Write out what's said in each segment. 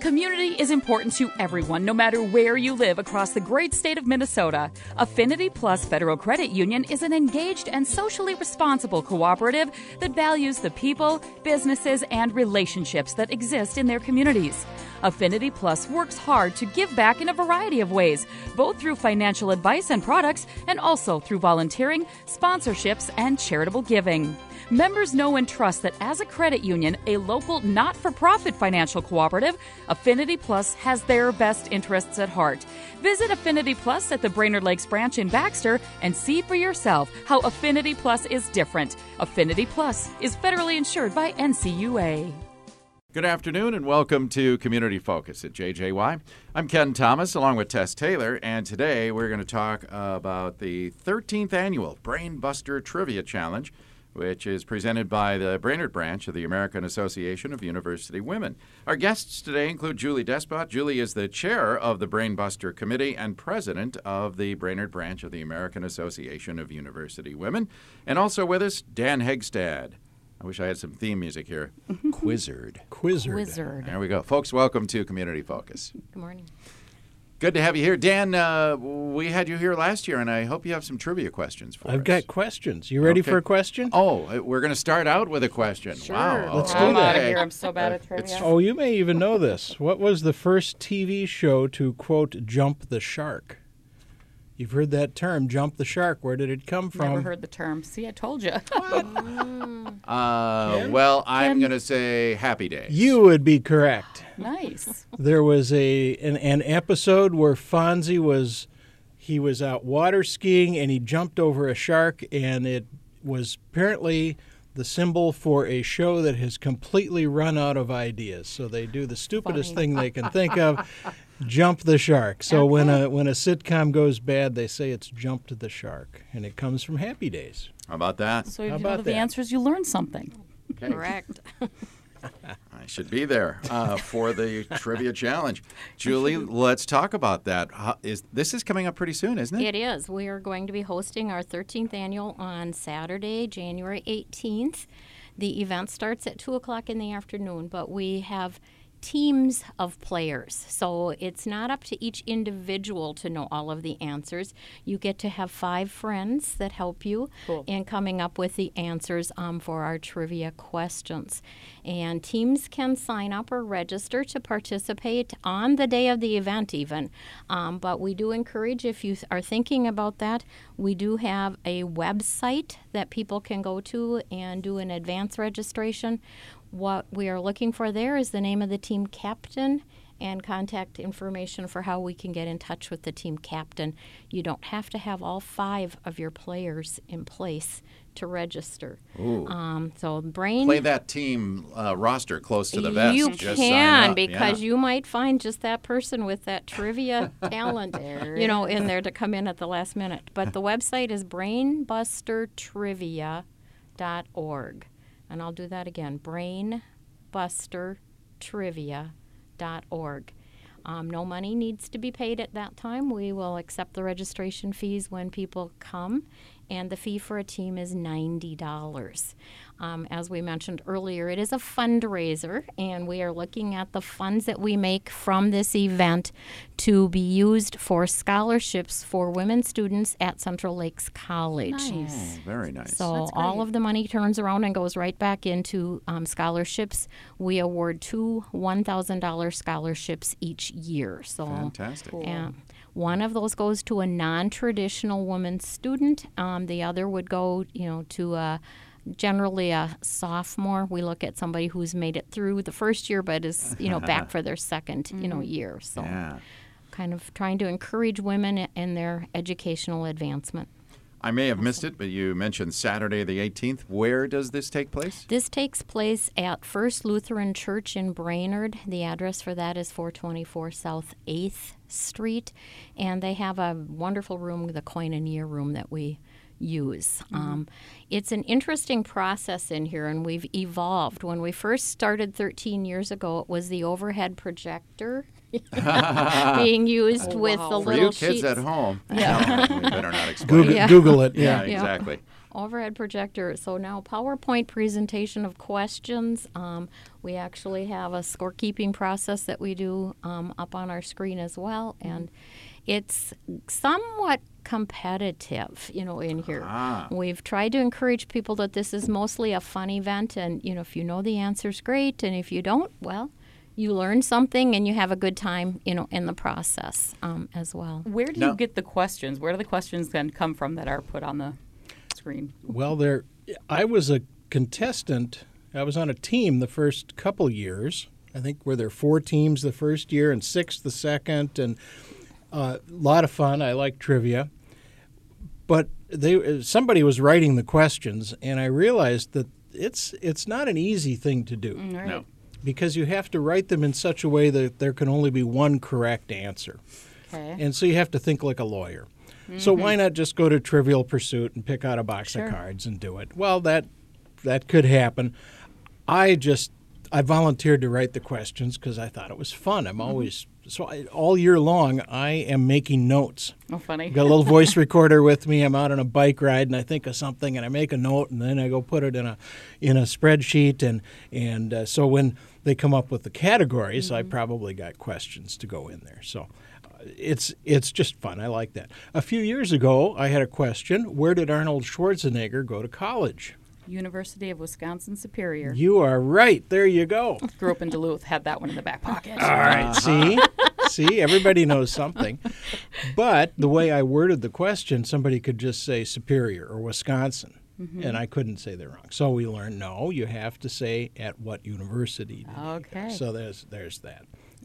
Community is important to everyone, no matter where you live across the great state of Minnesota. Affinity Plus Federal Credit Union is an engaged and socially responsible cooperative that values the people, businesses, and relationships that exist in their communities. Affinity Plus works hard to give back in a variety of ways, both through financial advice and products, and also through volunteering, sponsorships, and charitable giving. Members know and trust that as a credit union, a local not for profit financial cooperative, Affinity Plus has their best interests at heart. Visit Affinity Plus at the Brainerd Lakes branch in Baxter and see for yourself how Affinity Plus is different. Affinity Plus is federally insured by NCUA. Good afternoon and welcome to Community Focus at JJY. I'm Ken Thomas along with Tess Taylor, and today we're going to talk about the 13th annual Brainbuster Trivia Challenge, which is presented by the Brainerd branch of the American Association of University Women. Our guests today include Julie Despot. Julie is the chair of the Brainbuster Committee and president of the Brainerd branch of the American Association of University Women. And also with us, Dan Hegstad. I wish I had some theme music here. Quizzard. Quizzard. Wizard. There we go. Folks, welcome to Community Focus. Good morning. Good to have you here. Dan, uh, we had you here last year, and I hope you have some trivia questions for I've us. got questions. You ready Okay. for a question? Oh, uh, we're going to start out with a question. Wow. Let's okay. do that. Outta here. I'm so bad at trivia. It's- Oh, you may even know this. What was the first TV show to quote jump the shark? You've heard that term, jump the shark. Where did it come from? Never heard the term. See, I told you. Uh, well, I'm going to say Happy Days. You would be correct. nice. There was a an, an episode where Fonzie was he was out water skiing and he jumped over a shark and it was apparently the symbol for a show that has completely run out of ideas. So they do the stupidest thing they can think of, jump the shark. So when a when a sitcom goes bad, they say it's jumped the shark and it comes from Happy Days. How about that? So if How you know about the that? answers, you learn something. Okay. Correct. I should be there uh, for the trivia challenge. Julie, let's talk about that. How, is, this is coming up pretty soon, isn't it? It is. We are going to be hosting our 13th annual on Saturday, January 18th. The event starts at 2 o'clock in the afternoon, but we have teams of players. So it's not up to each individual to know all of the answers. You get to have five friends that help you in coming up with the answers um, for our trivia questions. And teams can sign up or register to participate on the day of the event, even. Um, but we do encourage, if you are thinking about that, we do have a website that people can go to and do an advance registration. What we are looking for there is the name of the team captain and contact information for how we can get in touch with the team captain. You don't have to have all five of your players in place to register. Um, so brain Play that team uh, roster close to the vest. you Just sign can up. because Yeah. you might find just that person with that trivia talent, you know, in there to come in at the last minute. But the website is brainbustertrivia.org. And I'll do that again brainbustertrivia.org. Um, no money needs to be paid at that time. We will accept the registration fees when people come, and the fee for a team is $90. Um, as we mentioned earlier, it is a fundraiser, and we are looking at the funds that we make from this event to be used for scholarships for women students at Central Lakes College. Nice. Very nice. So all of the money turns around and goes right back into um, scholarships. We award two one thousand dollar scholarships each year. So Fantastic. yeah. One of those goes to a non-traditional woman student. Um, the other would go, you know, to a, generally a sophomore. We look at somebody who's made it through the first year, but is you know back for their 2nd you know, year. So Yeah. kind of trying to encourage women i- in their educational advancement. I may have missed it, but you mentioned Saturday the 18th. Where does this take place? This takes place at First Lutheran Church in Brainerd. The address for that is 424 South 8th Street. And they have a wonderful room, the Koinonia room, that we use. Um, it's an interesting process in here, and we've evolved. When we first started 13 years ago, it was the overhead projector. being used with the Oh, For little you kids sheets. at home, yeah. we better not explain. Google, it. Google it. Yeah, Yeah. Yeah. exactly. overhead projector. So now PowerPoint presentation of questions. Um, we actually have a scorekeeping process that we do um, up on our screen as well, and it's somewhat competitive, you know, in here. We've tried to encourage people that this is mostly a fun event, and you know, if you know the answers, great, and if you don't, well. You learn something and you have a good time, you know, in the process um, as well. Where do No. you get the questions? Where do the questions then come from that are put on the screen? Well, there, I was a contestant. I was on a team the first couple years. I think were there four teams the first year and six the second, and a lot of fun. I like trivia, but they uh, somebody was writing the questions, and I realized that it's it's not an easy thing to do No. because you have to write them in such a way that there can only be one correct answer. Okay. And so you have to think like a lawyer. So why not just go to Trivial Pursuit and pick out a box of cards and do it? Well, that that could happen. I just I volunteered to write the questions because I thought it was fun. I'm always so I, all year long I am making notes. oh, funny. I've got a little voice recorder with me. I'm out on a bike ride and I think of something and I make a note and then I go put it in a in a spreadsheet and and uh, so when they come up with the categories, I probably got questions to go in there. So uh, it's it's just fun. I like that. A few years ago, I had a question: Where did Arnold Schwarzenegger go to college? University of Wisconsin Superior. You are right. There you go. Grew up in Duluth, had that one in the back pocket. All right. See, see, everybody knows something. But the way I worded the question, somebody could just say Superior or Wisconsin, and I couldn't say they're wrong. So we learned no, you have to say at what university. Did he go. Okay. So there's there's that.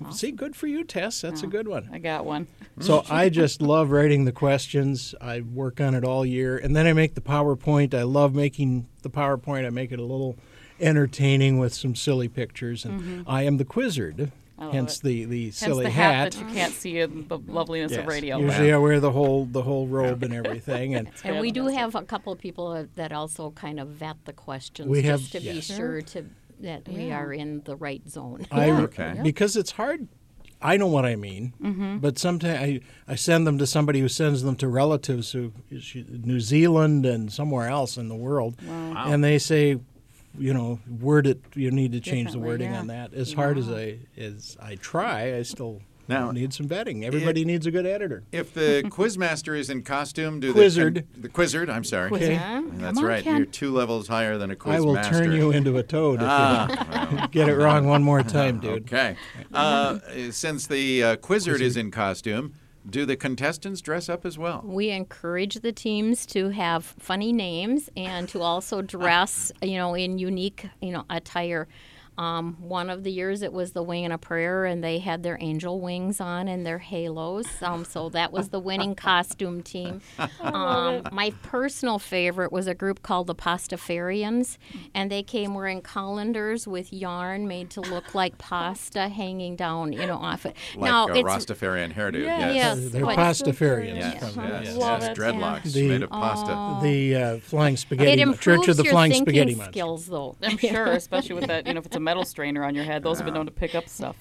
See, good for you, Tess. That's a good one. I got one. So I just love writing the questions. I work on it all year, and then I make the PowerPoint. I love making the PowerPoint. I make it a little entertaining with some silly pictures, and I am the quizzard. Mm-hmm. love Hence it. the, the Hence silly the hat, that you can't see in the loveliness Yes. of radio. Usually I wear the whole the whole robe and everything, and And we do have a couple of people that also kind of vet the questions We have- just to be yes. sure to that we are in the right zone. I Okay. because it's hard. I know what I mean, Mm-hmm. but sometimes I, I send them to somebody who sends them to relatives who is New Zealand and somewhere else in the world, and they say, you know, word it. You need to change the Differently, wording yeah. on that. As hard as I as I try, I still Now- need some vetting. Everybody neads a good editor. If the quizmaster is in costume, do Quizzard. the the quizzard. I'm sorry. Okay. That's Come on, right. Ken. You're two levels higher than a quizmaster. I will turn you into a toad if you get it wrong one more time, dude. Ah, Okay. Uh, since the uh, quizzard is in costume, do the contestants dress up as well? We encourage the teams to have funny names and to also dress, you know, in unique, you know, attire. Um, one of the years it was the wing and a prayer, and they had their angel wings on and their halos. Um, so that was the winning costume team. Um, my personal favorite was a group called the Pastafarians, and they came wearing colanders with yarn made to look like pasta hanging down, you know, off it. Like now a it's Rastafarian hairdo. Yeah, yeah. yes. Yes, They're but- Pastafarians. Yes. Yes. from- Yes. Love it. yes. Dreadlocks The- made of pasta. The uh, flying spaghetti, it Mon- improves Church of the your Flying thinking Spaghetti Monster. skills, though. I'm sure, especially with that, you know, if it's a metal strainer on your head, those have been known to pick up stuff.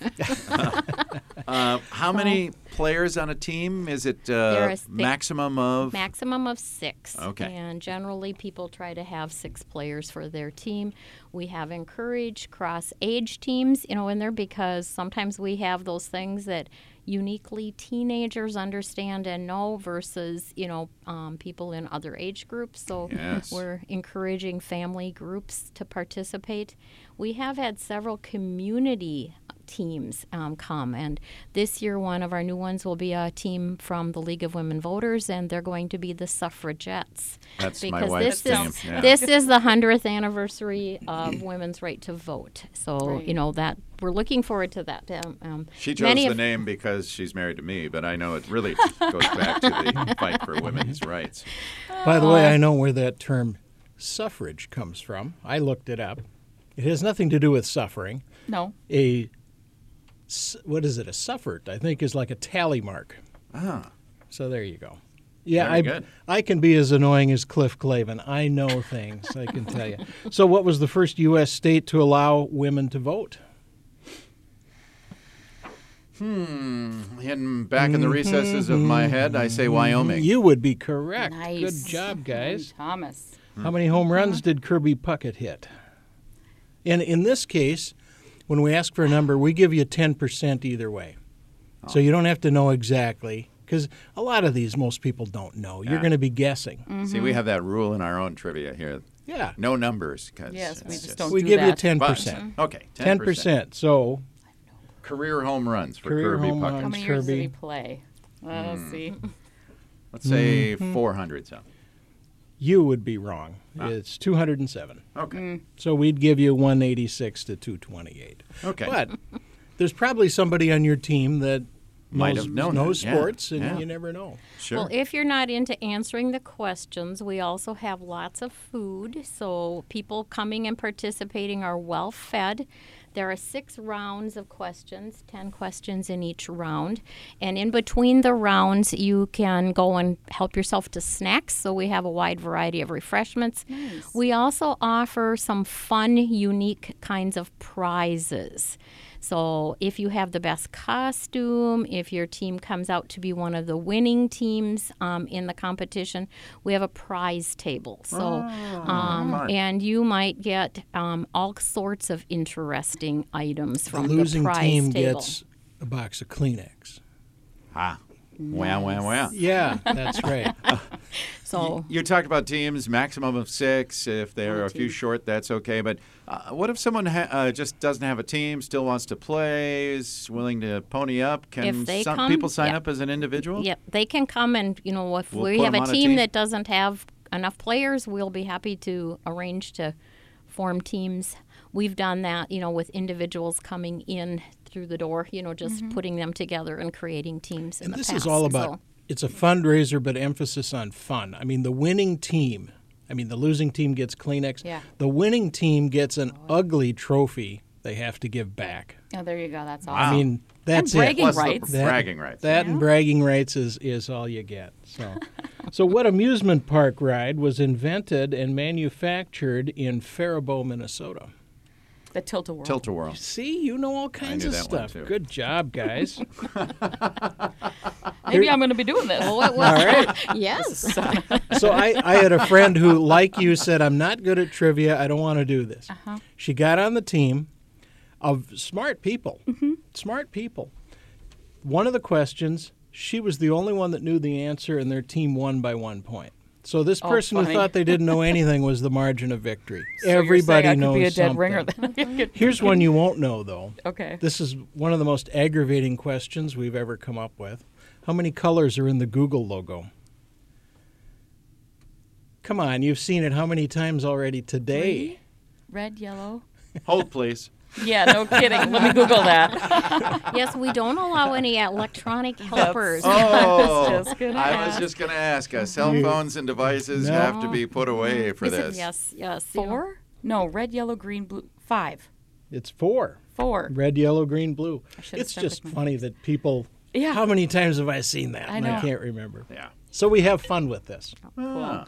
Uh, how many players on a team? Is it There uh, is thi- maximum of? Maximum of six. Okay. And generally, people try to have six players for their team. We have encouraged cross age teams, you know, in there because sometimes we have those things that uniquely teenagers understand and know versus, you know, um, people in other age groups. So Yes. we're encouraging family groups to participate. We have had several community teams um, come, and this year one of our new ones will be a team from the League of Women Voters, and they're going to be the suffragettes. That's my because wife's this team, is yeah. this is the hundredth anniversary of women's right to vote. So you Right. know that we're looking forward to that. Um, um, She chose many the of- name because she's married to me, but I know it really goes back to the fight for women's rights. By the way, I know where that term suffrage comes from. I looked it up. It has nothing to do with suffering. No. A s- what is it? A suffert, I think, is like a tally mark. Ah. So there you go. Yeah, Very I good. I can be as annoying as Cliff Clavin. I know things. I can tell you. So, what was the first U.S. state to allow women to vote? Hidden back in the recesses of my head, I say Wyoming. You would be correct. Nice. Good job, guys. Thomas. How many Mm-hmm. home runs did Kirby Puckett hit? And in this case, when we ask for a number, we give you 10% either way. So Oh. you don't have to know exactly because a lot of these most people don't know. You're Yeah. going to be guessing. See, we have that rule in our own trivia here. Yeah. No numbers. 'cause Yes, we it's just don't- we do give you that. 10%. But- Mm-hmm. Okay, 10%. 10%. So Career home runs for Career Kirby home Puckett. runs. How many years did Kirby. Hmm. he play? Oh, see. Let's say 400 something. you would be wrong. Ah. It's 207. Okay. So we'd give you 186 to 228. Okay. But there's probably somebody on your team that Might knows, have known knows it, yeah, sports, and yeah. you never know. Sure. Well, if you're not into answering the questions, we also have lots of food. So people coming and participating are well fed. There are six rounds of questions, 10 questions in each round. And in between the rounds, you can go and help yourself to snacks. So we have a wide variety of refreshments. We also offer some fun, unique kinds of prizes. So if you have the best costume, if your team comes out to be one of the winning teams um, in the competition, we have a prize table. So, um, fun. and you might get um, all sorts of interesting items The from the, losing prize team table. gets a box of Kleenex. ah. Wow, wow, wow. Yeah, that's right. so. You talked about teams, maximum of six. If they're a few short, that's okay. But uh, what if someone ha- uh, just doesn't have a team, still wants to play, is willing to pony up? Can If they some come, people sign yeah. up as an individual? Yep, they can come and you know if We'll we put have 'em a on a team team. that doesn't have enough players, we'll be happy to arrange to form teams. We've done that, you know, with individuals coming in through the door, you know, Mm-hmm. just putting them together and creating teams. in and the this is past. all about So- it's a fundraiser, but emphasis on fun. I mean, the winning team. I mean, the losing team gets Kleenex. Yeah. The winning team gets an ugly trophy they have to give back. Oh, there you go. That's awesome. I mean, that's bragging it. Plus the rights. That- bragging rights. That and bragging rights is, is all you get. So, so what amusement park ride was invented and manufactured in Faribault, Minnesota? The tilt a whirl. Tilt a whirl. See, you know all kinds knew of that one, stuff. too. Good job, guys. Maybe I'm going to be doing this. Oh, it was. yes. so I, I had a friend who, like you, said, I'm not good at trivia. I don't want to do this. Uh-huh. She got on the team of smart people. Mm-hmm. Smart people. One of the questions, she was the only one that knew the answer, and their team won by one point. So this person who Oh, funny. thought they didn't know anything was the margin of victory. So you're saying Everybody I could knows be a dead something. ringer then. Here's one you won't know though. okay. This is one of the most aggravating questions we've ever come up with. How many colors are in the Google logo? Come on, you've seen it how many times already today? Red, yellow. Hold, please. Yeah, no kidding. Let me Google that. yes, we don't allow any electronic helpers. Oh, just gonna I was just going to ask. Uh, cell phones and devices No. have to be put away for Is it- this. Yes, yes. you know. Four? No, red, yellow, green, blue. Five. It's four. Four. Red, yellow, green, blue. should've It's stuck just with my- funny that people Yeah. How many times have I seen that? I And I know. can't remember. Yeah. So we have fun with this. Ah.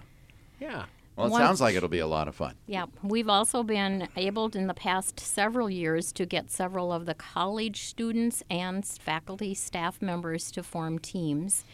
Yeah. Well, it One- sounds like it'll be a lot of fun. Yeah, we've also been able in the past several years to get several of the college students and s- faculty staff members to form teams.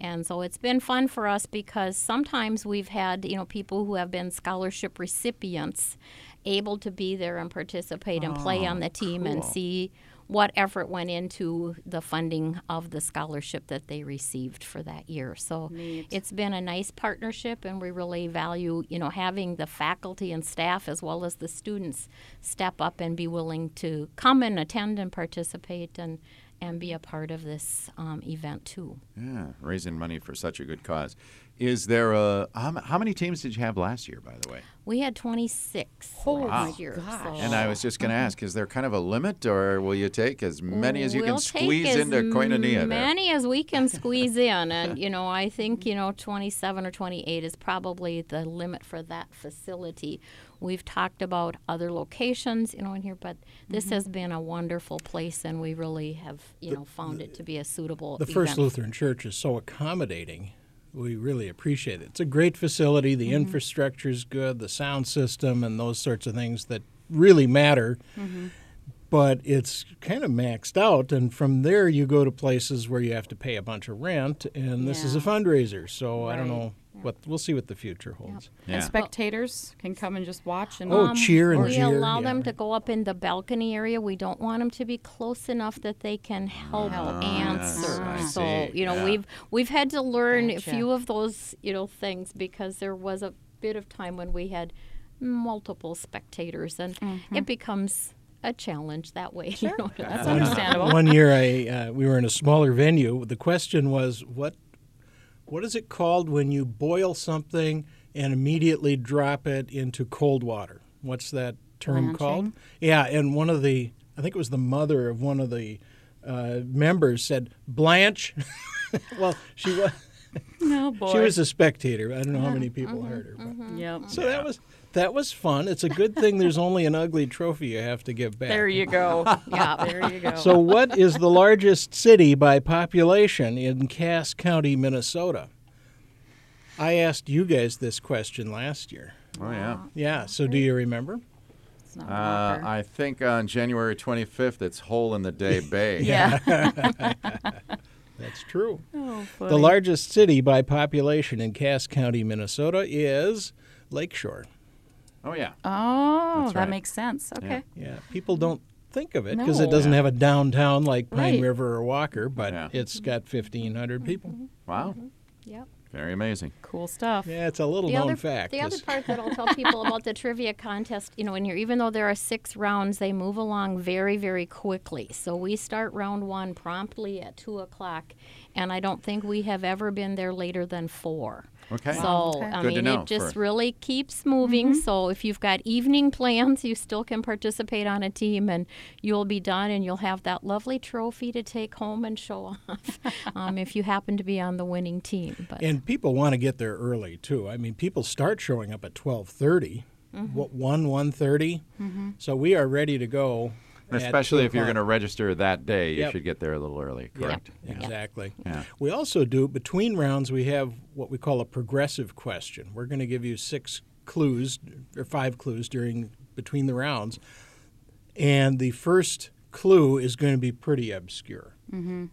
And so it's been fun for us because sometimes we've had, you know, people who have been scholarship recipients able to be there and participate and play on the team and see what effort went into the funding of the scholarship that they received for that year. So it's been a nice partnership, and we really value, you know, having the faculty and staff as well as the students step up and be willing to come and attend and participate and and be a part of this um, event too. Yeah, raising money for such a good cause. Is there a how, m- how many teams did you have last year, by the way? We had 26 Oh last my year. gosh. so- And I was just Oh. going to ask: Is there kind of a limit, or will you take as many as you can We'll take squeeze as into Koinonia? There? many as we can squeeze in, and you know, I think you know, 27 or 28 is probably the limit for that facility. We've talked about other locations, you know, in here, but this Mm-hmm. has been a wonderful place, and we really have, you know, found it to be a suitable. The First event. Lutheran Church is so accommodating. We really appreciate it. It's a great facility. Mm-hmm. The infrastructure is good, the sound system, and those sorts of things that really matter. Mm-hmm. But it's kind of maxed out. And from there, you go to places where you have to pay a bunch of rent. And this is a fundraiser. So I don't Right. know what we'll see what the future holds. Yeah. And spectators can come and just watch and Oh, cheer and Um, we cheer, allow yeah. them to go up in the balcony area. We don't want them to be close enough that they can help answer. I so see, you know yeah. we've we've had to learn Gotcha. a few of those you know things because there was a bit of time when we had multiple spectators and it becomes a challenge that way. Sure. that's understandable. One year, I uh, we were in a smaller venue. The question was what what is it called when you boil something and immediately drop it into cold water? What's that term called? Yeah, and one of the I think it was the mother of one of the uh, members said Blanche. well, she was No boy. she was a spectator. I don't know how many people Mm-hmm. heard her. But. Yep. So that was that was fun. It's a good thing there's only an ugly trophy you have to give back. There you go. yeah. There you go. So, what is the largest city by population in Cass County, Minnesota? I asked you guys this question last year. Oh, yeah. Yeah, so do you remember? It's not Uh, Walker. I think on January 25th, it's Hole in the Day Bay. yeah. That's true. oh, The funny. largest city by population in Cass County, Minnesota is Lakeshore. Oh, yeah. oh, That's that right. makes sense. Okay. Yeah, people don't think of it because it No. doesn't have a downtown like Pine Right. River or Walker, but Yeah. it's got 1,500 people. Mm-hmm. Wow. Yep. Very amazing. Cool stuff. Yeah, it's a little the known other, fact. The other is- part that I'll tell people about the trivia contest, you know, when you're even though there are six rounds, they move along very, very quickly. So we start round one promptly at two o'clock, and I don't think we have ever been there later than four. Okay. So Wow, okay. I Good to mean, know it just for- Mm-hmm. really keeps moving. So if you've got evening plans, you still can participate on a team, and you'll be done, and you'll have that lovely trophy to take home and show off um, if you happen to be on the winning team. But And people want to get there early too. I mean, people start showing up at twelve thirty, one one thirty. So we are ready to go. And at especially two if you're going to o'clock. register that day, you Yep. should get there a little early, correct? Exactly. Yeah. We also do between rounds. We have what we call a progressive question. We're going to give you six clues or five clues during between the rounds, and the first clue is going to be pretty obscure.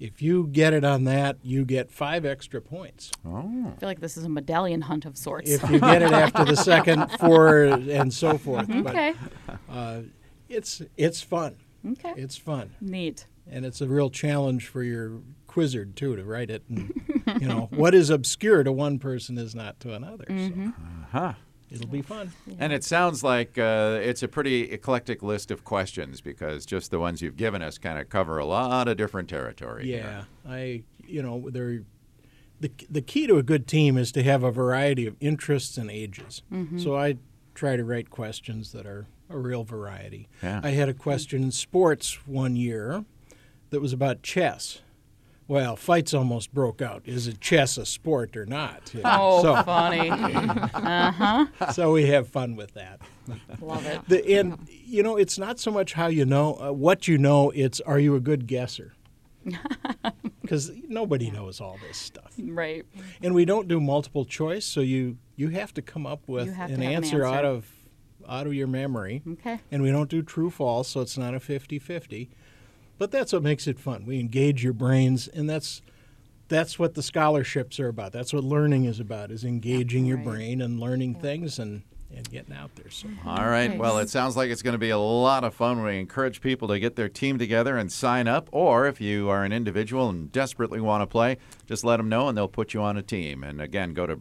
If you get it on that, you get five extra points. I feel like this is a medallion hunt of sorts. if you get it after the second four and so forth. okay. But it's it's fun. Okay. It's fun, Neat. and it's a real challenge for your quizzard too to write it. And, you know what is obscure to one person is not to another. So Huh. it'll be fun. And it sounds like uh, it's a pretty eclectic list of questions because just the ones you've given us kind of cover a lot of different territory. here. Yeah, I you know there. The, the key to a good team is to have a variety of interests and ages. Mm-hmm. So I try to write questions that are a real variety. Yeah. I had a question in sports one year that was about chess. Well, fights almost broke out. Is it chess a sport or not? You know, Oh, so- funny. Oh. so we have fun with that. Love it. The, and you know, it's not so much how you know uh, what you know. It's are you a good guesser? Because nobody knows all this stuff, Right. and we don't do multiple choice. So you you have to come up with You have to an, have an answer out answer. of out of your memory. Okay. And we don't do true false, so it's not a 50-50. But that's what makes it fun. We engage your brains, and that's that's what the scholarships are about. That's what learning is about: is engaging your brain and learning things and and getting out there. So. All right. Well, it sounds like it's going to be a lot of fun. We encourage people to get their team together and sign up. Or if you are an individual and desperately want to play, just let them know and they'll put you on a team. And again, go to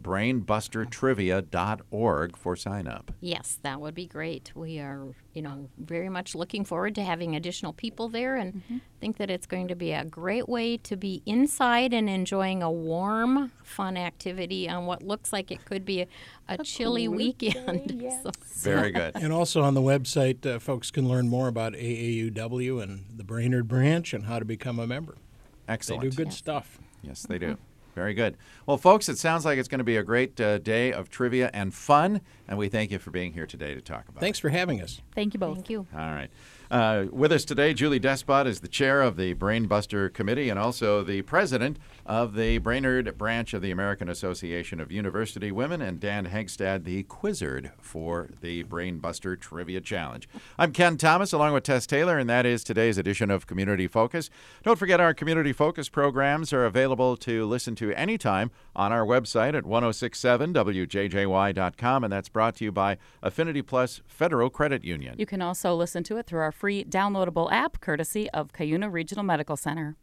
brainbustertrivia.org for sign up. Yes, that would be great. We are, you know, very much looking forward to having additional people there and think that it's going to be a great way to be inside and enjoying a warm, fun activity on what looks like it could be a, a chilly weekend. So- Very good. And also on the website, uh, folks can learn more about AAUW and the Brainerd branch and how to become a member. They Excellent. do good stuff. Yes, they do. Very good. Well, folks, it sounds like it's going to be a great uh, day of trivia and fun. And we thank you for being here today to talk about it. Thanks for having us. Thank you both. Thank you. All right. Uh, with us today, Julie Despot is the chair of the Brainbuster Committee and also the president of the Brainerd branch of the American Association of University Women, and Dan Hegstad, the quizzard for the Brainbuster Trivia Challenge. I'm Ken Thomas, along with Tess Taylor, and that is today's edition of Community Focus. Don't forget our Community Focus programs are available to listen to anytime on our website at 1067wjjy.com, and that's brought to you by Affinity Plus Federal Credit Union. You can also listen to it through our free downloadable app, courtesy of Cuyuna Regional Medical Center.